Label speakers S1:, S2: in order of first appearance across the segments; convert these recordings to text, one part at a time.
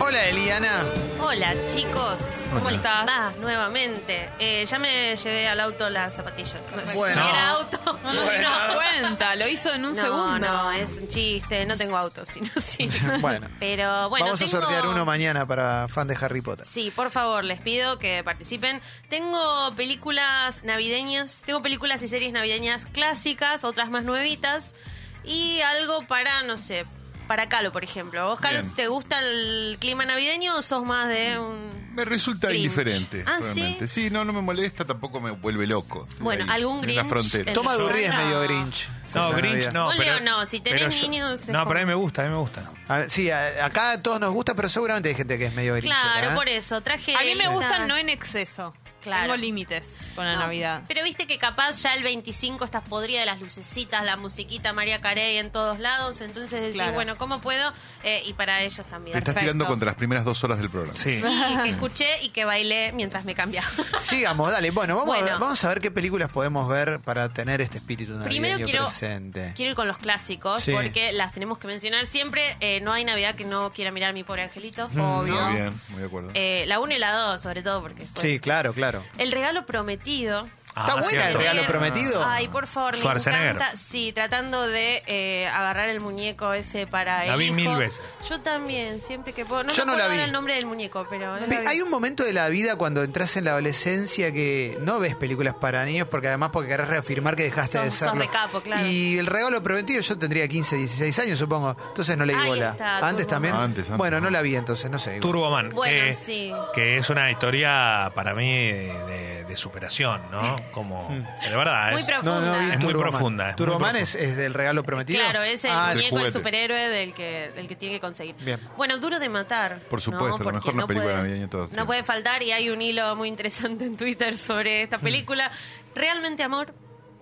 S1: Hola, Eliana.
S2: Hola chicos, ¿cómo
S1: Hola.
S2: estás? Ah, nuevamente. Eh, ya me llevé al auto las zapatillas.
S1: Bueno.
S2: Era auto.
S3: No nos
S1: Bueno.
S3: dimos cuenta, lo hizo en un
S2: no,
S3: segundo.
S2: no, es un chiste, no tengo auto, sino sí.
S1: Bueno.
S2: Pero bueno,
S1: Vamos a
S2: tengo-
S1: sortear uno mañana para fan de Harry Potter.
S2: Sí, por favor, les pido que participen. Tengo películas navideñas, tengo películas y series navideñas clásicas, otras más nuevitas y algo para, no sé, para Calo, por ejemplo. ¿Vos, Calo,
S4: Bien.
S2: te gusta el clima navideño o sos más de un...
S4: Me resulta
S2: Grinch.
S4: indiferente,
S2: Ah, ¿sí?
S4: realmente. ¿sí? no, no me molesta, tampoco me vuelve loco. Estoy
S2: Bueno,
S4: ahí,
S2: algún
S4: en la
S2: Grinch,
S4: frontera.
S2: el-
S1: Toma
S2: Yo-
S1: Durri es
S2: No.
S1: medio Grinch.
S5: No,
S1: La
S5: Grinch
S1: Navidad.
S5: no.
S2: Vos,
S5: pero,
S2: Leo, no, si tenés
S5: pero yo-
S2: niños es
S5: No,
S2: como-
S5: pero a mí me gusta, a mí me gusta.
S1: A- sí, a- acá a todos nos gusta, pero seguramente hay gente que es medio Grinch.
S2: Claro,
S1: acá, ¿eh?
S2: por eso, traje...
S3: A mí me
S2: esta-
S3: gustan no en exceso.
S2: Claro.
S3: Tengo límites con la
S2: No,
S3: Navidad.
S2: Pero viste que capaz ya el 25 estás podrida de las lucecitas, la musiquita María Carey en todos lados. Entonces decís,
S3: Claro.
S2: bueno, ¿cómo puedo? Eh, y para ellos
S4: Te
S2: también.
S4: estás
S3: Perfecto.
S4: tirando contra las primeras dos horas del programa.
S5: Sí.
S2: Sí, que escuché y que bailé mientras me cambiaba.
S1: Sigamos, dale. Bueno, vamos, A,
S2: Bueno.
S1: vamos a ver qué películas podemos ver para tener este espíritu navideño
S2: Primero quiero,
S1: presente.
S2: quiero ir con los clásicos
S1: Sí.
S2: porque las tenemos que mencionar siempre. Eh, no hay Navidad que no quiera mirar mi pobre angelito.
S4: Muy
S2: ¿no?
S4: bien, muy de acuerdo.
S2: Eh, la 1 y la 2, sobre todo, porque después-
S1: Sí, claro, claro.
S2: El regalo prometido.
S1: ¿Está buena el
S5: Ah, cierto.
S1: regalo prometido?
S2: Ay, por favor, me
S5: Schwarzenegger.
S2: encanta. Sí, tratando de eh, agarrar el muñeco ese para
S5: La
S2: el
S5: vi
S2: hijo.
S5: mil veces.
S2: Yo también, siempre que puedo. No
S1: Yo
S2: me
S1: no la
S2: acuerdo
S1: vi.
S2: ahora el nombre del muñeco, pero... eh,
S1: Ve- Hay un momento de la vida cuando entras en la adolescencia que no ves películas para niños porque además porque querés reafirmar que dejaste
S2: Sos-
S1: de
S2: sos
S1: serlo.
S2: recapo, claro.
S1: Y el regalo prometido yo tendría 15, 16 años supongo. Entonces no leí
S2: Ahí
S1: bola.
S2: está,
S1: antes
S2: Turboman.
S1: también.
S4: Antes, antes,
S1: bueno, no
S4: no.
S1: la vi entonces, no sé. igual.
S5: Turboman.
S2: Bueno,
S5: Eh, que,
S2: sí.
S5: que es una historia para mí de, de- de superación, ¿no? Como, de verdad.
S2: Muy
S5: es,
S2: profunda.
S1: No, Mm. no vi
S2: Es
S5: muy
S1: Turboman.
S5: profunda, es muy
S1: Turboman es,
S5: profunda.
S1: es del regalo prometido.
S2: Claro, es el
S1: Ah,
S4: sí.
S2: muñeco, el
S4: Juguete.
S2: superhéroe del que, del que tiene que conseguir.
S1: Bien.
S2: Bueno, duro de matar.
S4: Por supuesto, la
S2: Porque
S4: mejor película
S2: puede-
S4: navideña de todos los
S2: No
S4: tiempos.
S2: puede faltar y hay un hilo muy interesante en Twitter sobre esta película. Realmente amor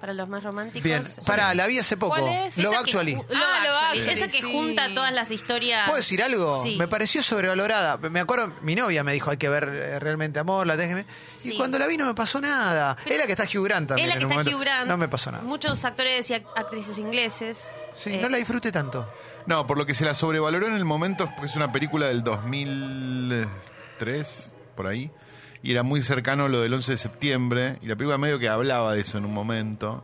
S2: para los más románticos.
S1: Bien, pará, la vi hace poco.
S3: ¿Cuál es?
S1: Love
S2: Esa que
S1: Actually.
S2: ju- Love
S3: Ah, Love
S2: Actually.
S3: Actually,
S2: Esa que
S3: sí.
S2: junta todas las historias.
S1: ¿Puedo decir algo?
S2: Ah, Sí.
S1: Me pareció sobrevalorada. Me acuerdo, mi novia me dijo, hay que ver eh, realmente amor, la déjeme.
S2: Sí.
S1: Y cuando la vi no me pasó nada. es la que está Hugh Grant también.
S2: Es la que
S1: en un
S2: está
S1: momento.
S2: Hugh Grant.
S1: No me pasó nada.
S2: Muchos actores y act- actrices ingleses.
S1: Sí,
S2: Eh,
S1: no la disfruté tanto.
S4: No, por lo que se la sobrevaloró en el momento es porque es una película del 2003, por ahí. Y era muy cercano lo del 11 de septiembre. Y la película medio que hablaba de eso en un momento.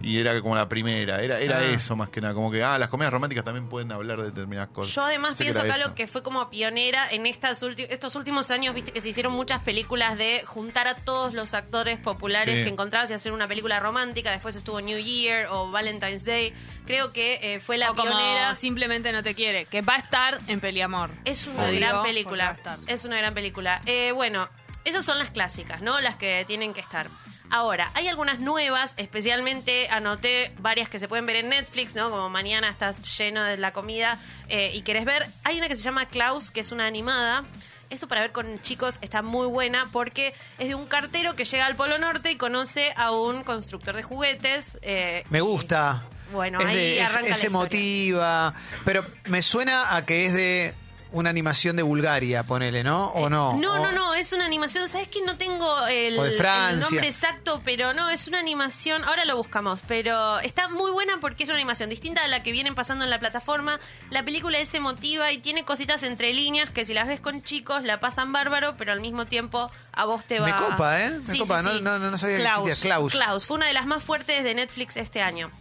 S4: Y era como la primera. Era, era
S1: Ah.
S4: eso más que nada. Como que, ah, las comedias románticas también pueden hablar de determinadas cosas.
S2: Yo además
S4: Sé
S2: pienso,
S4: era
S2: Calo,
S4: eso.
S2: que fue como pionera en estas ulti- estos últimos años, viste que se hicieron muchas películas de juntar a todos los actores populares
S4: Sí.
S2: que encontrabas y hacer una película romántica. Después estuvo New Year o Valentine's Day. Creo que eh, fue la
S3: o como
S2: pionera.
S3: simplemente no te quiere, que va a estar en Peliamor.
S2: Es una
S3: Lo
S2: gran
S3: digo
S2: película.
S3: porque va a estar.
S2: Es una gran película. Eh, bueno, esas son las clásicas, ¿no? Las que tienen que estar. Ahora, hay algunas nuevas, especialmente anoté varias que se pueden ver en Netflix, ¿no? Como mañana estás lleno de la comida eh, y querés ver. Hay una que se llama Klaus, que es una animada. Eso para ver con chicos está muy buena porque es de un cartero que llega al Polo Norte y conoce a un constructor de juguetes. eh,
S1: Me
S2: y-
S1: gusta.
S2: Bueno,
S1: es,
S2: ahí
S1: de- es-
S2: arranca
S1: es
S2: la historia.
S1: emotiva. Pero me suena a que es de una animación de Bulgaria, ponele, ¿no? ¿O no?
S2: Eh, No,
S1: O-
S2: no, no, es una animación. ¿Sabes que no tengo el,
S1: O de Francia.
S2: el nombre exacto? Pero no, es una animación. Ahora lo buscamos, pero está muy buena porque es una animación distinta a la que vienen pasando en la plataforma. La película es emotiva y tiene cositas entre líneas que si las ves con chicos la pasan bárbaro, pero al mismo tiempo a vos te va.
S1: Me copa, ¿eh? Me
S2: Sí,
S1: copa.
S2: sí,
S1: no,
S2: sí.
S1: No, no, no sabía
S3: Klaus.
S1: que existía. Klaus.
S2: Klaus, fue una de las más fuertes de Netflix este año.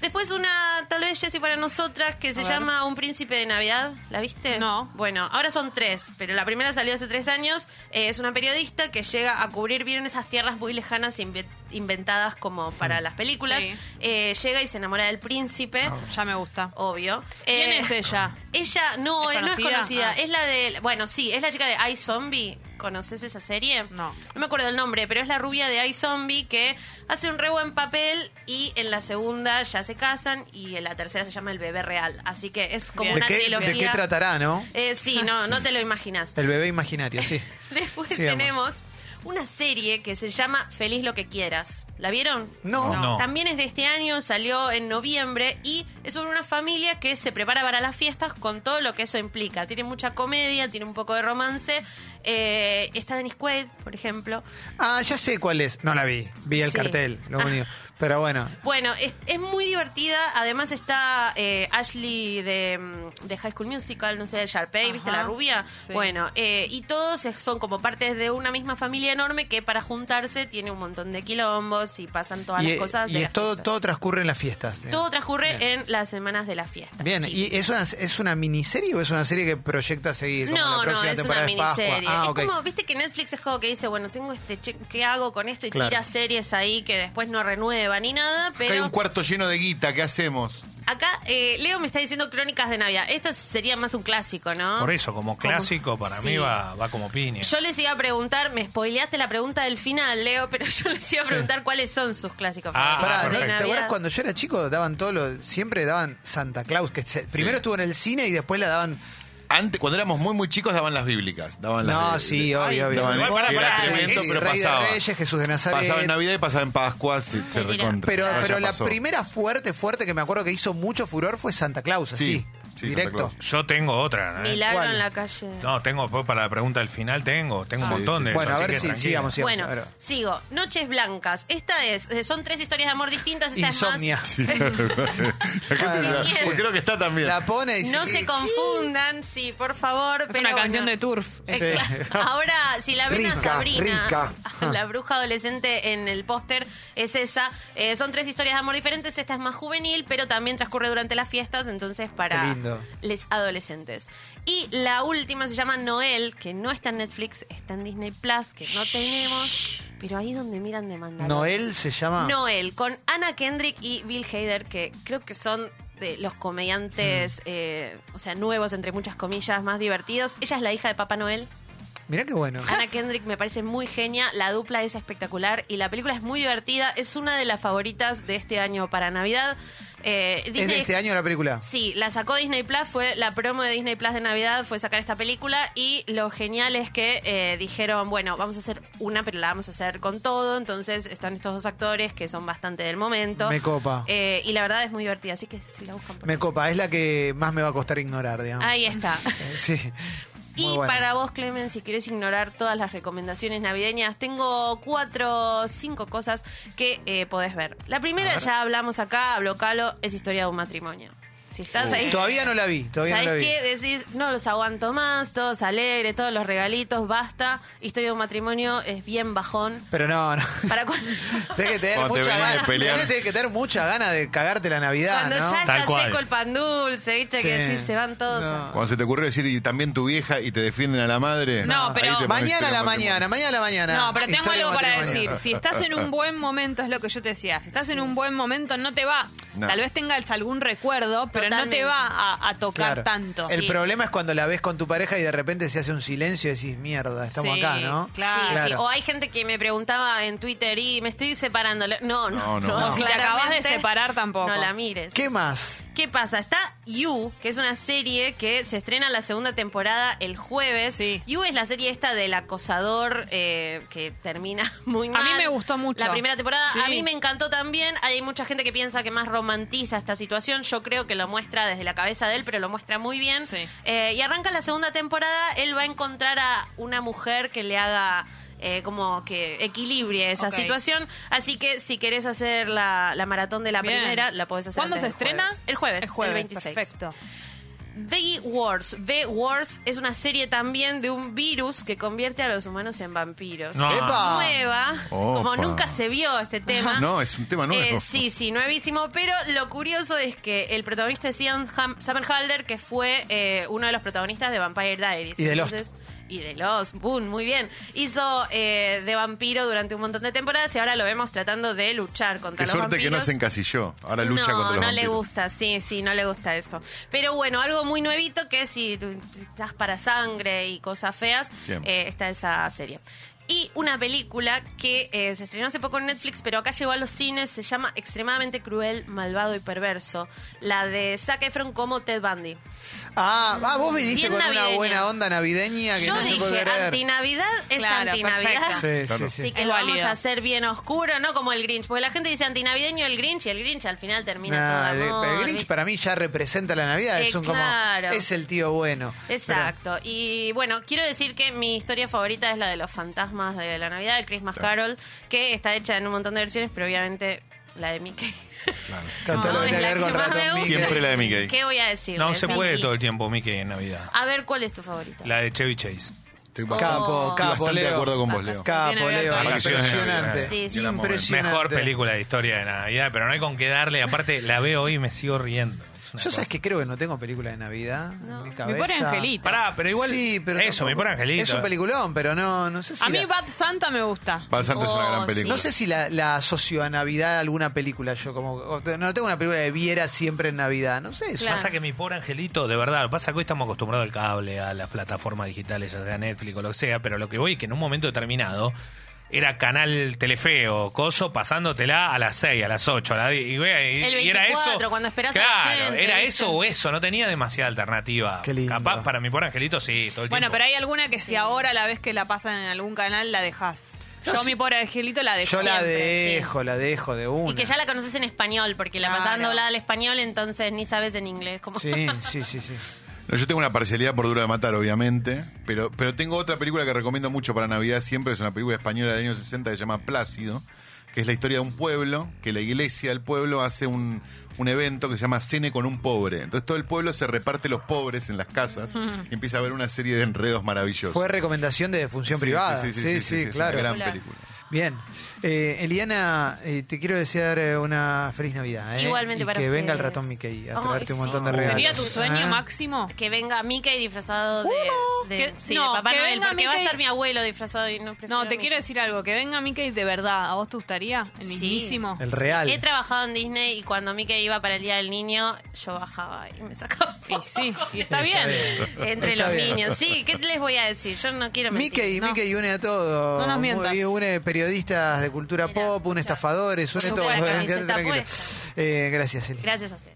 S2: Después una, tal vez Jessy para nosotras, que se
S3: ver.
S2: llama Un Príncipe de Navidad. ¿La viste?
S3: No.
S2: Bueno, ahora son tres, pero la primera salió hace tres años. Eh, es una periodista que llega a cubrir, vieron esas tierras muy lejanas inve- inventadas como para las películas.
S3: Sí.
S2: Eh, llega y se enamora del príncipe,
S1: Ah.
S3: Ya me gusta.
S2: obvio.
S3: ¿Quién
S2: Eh,
S3: es ella?
S2: Ella no
S3: ¿Es
S2: eh, no es
S3: conocida?
S2: conocida.
S3: Ah.
S2: Es la de. Bueno, sí, es la chica de iZombie. ¿Conoces esa serie?
S3: No.
S2: No me acuerdo el nombre, pero es la rubia de iZombie que hace un re buen papel y en la segunda ya se casan y en la tercera se llama El Bebé Real. Así que es como
S1: ¿De
S2: una
S1: qué,
S2: trilogía.
S1: ¿De qué tratará, no?
S2: Eh, sí, no, no te lo imaginas.
S1: El bebé imaginario, sí.
S2: Después
S1: Sigamos.
S2: tenemos una serie que se llama Feliz lo que quieras. ¿La vieron?
S1: No.
S5: No.
S2: También es de este año, salió en noviembre y es sobre una familia que se prepara para las fiestas con todo lo que eso implica. Tiene mucha comedia, tiene un poco de romance. Eh, está Dennis Quaid, por ejemplo.
S1: Ah, ya sé cuál es. No la vi. Vi el
S2: Sí.
S1: cartel, lo
S2: Ah.
S1: único. Pero bueno,
S2: Bueno, es, es muy divertida. Además está eh, Ashley de, mm, de High School Musical, no sé, de Sharpay, ¿viste
S3: Ajá.
S2: la rubia?
S3: Sí.
S2: Bueno, eh, y todos es- son como partes de una misma familia enorme que para juntarse tiene un montón de quilombos y pasan todas
S1: y,
S2: las cosas.
S1: y
S2: de
S1: es
S2: las
S1: todo,
S2: fiestas.
S1: todo transcurre en las fiestas.
S2: Todo transcurre
S1: Bien.
S2: en las semanas de la fiesta.
S1: Bien,
S2: sí.
S1: ¿y es una, es una miniserie o es una serie que proyecta seguir? como
S2: No,
S1: la
S2: no,
S1: próxima
S2: es una
S1: temporada de Pascua?
S2: miniserie.
S1: Ah,
S2: es
S1: ok.
S2: como, viste que Netflix es como que dice, bueno, tengo este che- ¿qué hago con esto? Y
S1: Claro.
S2: tira series ahí que después no renuevan ni nada,
S4: Acá hay
S2: pero
S4: un cuarto lleno de guita, ¿qué hacemos?
S2: acá eh, Leo me está diciendo Crónicas de Navidad. Esta sería más un clásico, ¿no?
S5: Por eso, como clásico, para
S2: Ah. Sí.
S5: mí va, va como piña.
S2: Yo les iba a preguntar, me spoileaste la pregunta del final, Leo, pero yo les iba a
S1: Sí.
S2: preguntar cuáles son sus clásicos
S5: Ah,
S1: Pará, ¿no?
S2: favoritos. de
S5: perfecto.
S1: ¿Te acuerdas
S2: Navidad?
S1: cuando yo era chico? Daban todo lo. Siempre daban Santa Claus, que se- primero estuvo en el cine y después la daban.
S4: Antes, cuando éramos muy, muy chicos, daban las bíblicas. Daban las
S1: No,
S4: de-
S1: sí,
S4: de-
S1: obvio, obvio.
S4: daban-
S5: Igual, pará,
S4: que
S5: pará,
S4: era tremendo,
S5: es
S4: pero
S1: Rey de
S4: pasaba.
S1: Reyes, Jesús de Nazaret.
S4: Pasaba en Navidad y pasaba en Pascua, se, se
S2: Mira.
S4: recontra-
S1: Pero,
S4: ya
S1: pero la
S4: pasó.
S1: primera fuerte, fuerte que me acuerdo que hizo mucho furor fue Santa Claus, así.
S4: Sí, sí,
S1: directo.
S4: Santa
S5: Yo tengo otra. ¿eh?
S2: Milagro
S1: ¿Cuál?
S2: en la calle.
S5: No, tengo pues, para la pregunta del final, tengo. Tengo
S4: Ah.
S5: un montón
S4: Sí, sí, sí.
S5: de eso,
S1: Bueno, a
S5: así
S1: ver
S5: que
S1: si
S5: tranquila.
S1: sigamos, sigamos.
S2: Bueno,
S1: a ver.
S2: sigo. Noches Blancas. Esta es, eh, son tres historias de amor distintas. Esta
S1: Insomnia.
S2: es más.
S4: Sí, claro, sí. La gente
S1: Bueno,
S4: la-
S2: sí.
S4: pues creo que está también.
S1: La pone y dice,
S2: No se confundan, sí, por favor.
S3: Es
S2: pero
S3: una canción
S2: bueno.
S3: de Turf.
S2: Eh,
S1: Sí.
S2: claro. Ahora, si la ven a
S1: Rica,
S2: Sabrina,
S1: rica.
S2: la bruja adolescente en el póster es esa. Eh, son tres historias de amor diferentes. Esta es más juvenil, pero también transcurre durante las fiestas, entonces
S1: Qué
S2: para
S1: lindo.
S2: les adolescentes. Y la última se llama Noel, que no está en Netflix, está en Disney Plus, que no tenemos, pero ahí donde miran de mandar.
S1: Noel ah. se llama.
S2: Noel, con Anna Kendrick y Bill Hader, que creo que son de los comediantes,
S1: Mm.
S2: eh, o sea, nuevos, entre muchas comillas, más divertidos. Ella es la hija de Papá Noel.
S1: Mirá qué bueno.
S2: Anna Kendrick me parece muy genia, la dupla es espectacular y la película es muy divertida, es una de las favoritas de este año para Navidad. Eh,
S1: ¿Es de
S2: Disney-
S1: este año la película?
S2: Sí, la sacó Disney Plus, fue la promo de Disney Plus de Navidad, fue sacar esta película y lo genial es que eh, dijeron, bueno, vamos a hacer una, pero la vamos a hacer con todo, entonces están estos dos actores que son bastante del momento.
S1: Me copa.
S2: Eh, y la verdad es muy divertida, así que si la buscan por
S1: Me copa, es la que más me va a costar ignorar, digamos.
S2: Ahí está.
S1: Eh, Sí. Muy
S2: Y
S1: buena.
S2: para vos, Clemen, si querés ignorar todas las recomendaciones navideñas, tengo cuatro, cinco cosas que eh, podés ver. La primera, ya hablamos acá, habló Calo, es historia de un matrimonio. Si estás ahí.
S1: Todavía no la vi, todavía no la
S2: ¿Sabes
S1: vi.
S2: qué? Decís, no los aguanto más, todos alegres, todos los regalitos, basta. Historia de un matrimonio es bien bajón.
S1: Pero no, no.
S2: Para cuando,
S1: Tienes que tener
S4: Cuando te
S1: mucha
S4: venís de
S1: gana.
S4: pelear.
S1: tenés que tener mucha gana de cagarte la Navidad,
S2: cuando
S1: ¿no?
S2: ya
S5: Tal
S2: está
S5: cual.
S2: seco el pan dulce, ¿viste?
S1: Sí.
S2: Que decís, se van todos. a-
S1: No.
S4: Cuando se te ocurrió decir y también tu vieja y te defienden a la madre.
S3: No,
S4: ahí
S3: pero-
S4: te pones
S1: Mañana a la
S4: serio
S1: mañana, mañana a la mañana.
S3: No, pero tengo
S1: Historia
S3: algo para
S1: matrimonial.
S3: decir. Si estás en un buen momento, es lo que yo te decía. Si estás en un buen momento, no te va.
S4: No.
S3: Tal vez tengas algún recuerdo, pero no
S2: Totalmente.
S3: te va a, a tocar
S1: Claro.
S3: tanto.
S1: El
S3: Sí.
S1: problema es cuando la ves con tu pareja y de repente se hace un silencio y decís, mierda, estamos
S3: Sí,
S1: acá, ¿no?
S3: claro.
S2: Sí, sí. O hay gente que me preguntaba en Twitter y me estoy separando. No, no, no.
S4: No, no, no.
S3: Si te acabas de
S2: claramente
S3: separar, tampoco.
S2: No la mires.
S1: ¿Qué más?
S2: ¿Qué pasa? Está You, que es una serie que se estrena la segunda temporada el jueves.
S3: Sí.
S2: You es la serie esta del acosador eh, que termina muy mal.
S3: mí me gustó mucho.
S2: La primera temporada.
S3: Sí.
S2: A mí me encantó también. Hay mucha gente que piensa que más romantiza esta situación. Yo creo que lo muestra desde la cabeza de él, pero lo muestra muy bien.
S3: Sí.
S2: Eh, y arranca la segunda temporada. Él va a encontrar a una mujer que le haga... eh, como que equilibre esa
S3: Ok.
S2: situación. Así que si querés hacer la, la maratón de la
S3: Bien.
S2: primera, la podés hacer.
S3: ¿Cuándo
S2: antes
S3: se
S2: del
S3: estrena?
S2: jueves. El jueves,
S3: El jueves,
S2: el 26.
S3: Perfecto.
S2: B-Wars. B-Wars es una serie también de un virus que convierte a los humanos en vampiros.
S4: Ah.
S5: No.
S1: ¡Epa!
S2: Nueva, como
S4: Opa.
S2: nunca se vio este tema.
S4: No, es un tema nuevo.
S2: Eh, sí, sí, nuevísimo. Pero lo curioso es que el protagonista es Ian Ham- Somerhalder, que fue eh, uno de los protagonistas de Vampire Diaries.
S1: Y de Lost.
S2: y de Lost, boom, muy bien. Hizo eh, de vampiro durante un montón de temporadas y ahora lo vemos tratando de luchar contra
S4: Qué
S2: los
S4: suerte que no
S2: vampiros.
S4: se encasilló. Ahora lucha
S2: no,
S4: contra los
S2: No, le
S4: vampiros.
S2: gusta, sí, sí, no le gusta eso. Pero bueno, algo muy nuevito que si tú estás para sangre y cosas feas,
S4: Siempre.
S2: eh, está esa serie. Y una película que eh, se estrenó hace poco en Netflix, pero acá llegó a los cines, se llama Extremadamente Cruel, Malvado y Perverso. La de Zac Efron como Ted Bundy.
S1: Ah, ah, vos viniste
S2: Bien
S1: con una
S2: navideña.
S1: buena onda navideña Ah, que
S2: Yo
S1: no se puede
S2: dije,
S1: creer.
S2: antinavidad es
S3: Claro,
S2: antinavidad.
S3: perfecto.
S1: Sí,
S4: Claro.
S1: sí,
S2: Así
S1: sí.
S2: que
S3: Es
S2: lo vamos
S3: válido.
S2: a hacer bien oscuro, no como el Grinch. Porque la gente dice antinavideño el Grinch y el Grinch al final termina
S1: Nah, el,
S2: todo amor,
S1: el Grinch
S2: ¿viste?
S1: para mí ya representa la Navidad,
S2: Eh,
S1: es un
S2: claro.
S1: como es el tío bueno.
S2: Exacto. Y bueno, quiero decir que mi historia favorita es la de los fantasmas de la Navidad, el Christmas Carol, que está hecha en un montón de versiones, pero obviamente la de Mickey.
S4: Claro.
S1: Claro, todo
S2: No,
S1: lo que
S2: es
S1: tiene
S2: la
S1: que ver
S2: que
S1: con
S2: más me
S1: ratón
S2: gusta.
S1: Mickey.
S4: Siempre la de Mickey.
S2: ¿Qué voy a decir?
S5: No
S2: Es
S5: se
S2: la
S5: puede
S2: Mickey.
S5: todo el tiempo, Mickey, en Navidad.
S2: A ver, ¿cuál es tu favorita?
S5: La de Chevy Chase.
S4: Estoy bastante-
S1: Capo,
S2: Oh.
S4: estoy
S1: capo,
S4: bastante de acuerdo
S1: Leo.
S4: con vos, Leo.
S1: Capo,
S3: Tiene
S1: Leo.
S3: abierto ahí.
S1: Impresionante.
S2: Sí, sí.
S1: Impresionante.
S5: Mejor película de historia de Navidad, pero no hay con qué darle. Aparte, la veo hoy y me sigo riendo. Es una
S1: Yo sabes
S5: cosa.
S1: que creo que no tengo película de Navidad en mi cabeza.
S3: pone Angelito.
S4: Ah,
S5: Pará, pero igual.
S1: Sí, pero
S5: eso,
S1: tampoco.
S5: mi por angelito.
S1: Es un peliculón, pero no, no sé si.
S3: A mí
S1: la-
S3: Bad Santa me gusta.
S4: Bastante es una
S2: Oh,
S4: gran
S2: sí.
S4: película.
S1: No sé si la, la asocio a Navidad a alguna película. Yo como o te- no tengo una película de Viera siempre en Navidad. No sé eso.
S3: Claro.
S5: Pasa que mi pobre angelito, de verdad, pasa que hoy estamos acostumbrados al cable, a las plataformas digitales, ya sea Netflix o lo que sea, pero lo que voy es que en un momento determinado era canal telefeo, coso, pasándotela a las 6, a las 8, a las 10. Y, vea, y-
S2: El
S5: y era
S2: 24,
S5: eso.
S2: cuando esperás a la
S5: claro,
S2: gente,
S5: era
S2: ¿viste?
S5: eso o eso, no tenía demasiada alternativa.
S1: Qué lindo.
S5: Capaz para mi pobre angelito, sí, todo el
S3: Bueno,
S5: tiempo.
S3: pero hay alguna que si ahora la ves que la pasan en algún canal, la dejás.
S1: No,
S3: Yo,
S1: sí.
S3: mi pobre angelito, la dejé.
S1: Yo la
S2: siempre,
S1: dejo, la dejo de una.
S2: Y que ya la conoces en español, porque la
S3: Claro.
S2: pasaban doblada al español, entonces ni sabes en inglés. Como...
S1: Sí, sí, sí, sí.
S4: No, yo tengo una parcialidad por Duro de Matar, obviamente, pero, pero tengo otra película que recomiendo mucho para Navidad siempre, es una película española del año 60 que se llama Plácido, que es la historia de un pueblo, que la iglesia del pueblo hace un, un evento que se llama Cene con un pobre. Entonces todo el pueblo se reparte los pobres en las casas y empieza a haber una serie de enredos maravillosos.
S1: Fue recomendación de función
S4: Sí,
S1: privada.
S4: sí, sí, sí, sí, sí, es una
S1: claro.
S4: gran
S3: Claro.
S4: película.
S1: Bien. Eh, Eliana, eh, te quiero desear eh, una feliz Navidad. ¿eh?
S2: Igualmente
S1: Y
S2: para
S1: Que venga el
S2: ustedes.
S1: ratón Mickey a
S2: Ay,
S1: traerte un
S2: sí.
S1: montón de regalos.
S3: ¿Sería tu sueño
S1: ¿Ah?
S3: máximo?
S2: Que venga Mickey disfrazado de, de-
S3: Que-
S2: sí,
S3: no,
S2: de Papá
S3: que
S2: Noel,
S3: venga
S2: porque va a
S3: Mickey-
S2: estar mi abuelo disfrazado y no prefiero
S3: No,
S2: a
S3: te
S2: Mickey.
S3: quiero decir algo. Que venga Mickey de verdad. ¿A vos te gustaría? El
S2: Sí.
S3: mismísimo.
S1: El real.
S2: He trabajado en Disney y cuando Mickey iba para el Día del Niño, yo bajaba y me sacaba
S3: Y sí, y
S1: Está
S3: está bien.
S1: bien.
S2: entre
S1: Está
S2: los
S1: bien.
S2: niños. Sí, ¿qué les voy a decir? Yo no quiero mentir.
S1: Mickey,
S2: no.
S1: Mickey une a todo.
S3: No nos mientas.
S1: Muy bien, une periodistas de cultura
S2: Mira,
S1: pop, une
S2: escucha.
S1: estafadores, une
S2: Yo
S1: todo.
S2: voy a la
S1: Quédate
S2: camiseta
S1: tranquilo.
S2: puesta.
S1: Eh, gracias, Eli.
S2: Gracias a ustedes.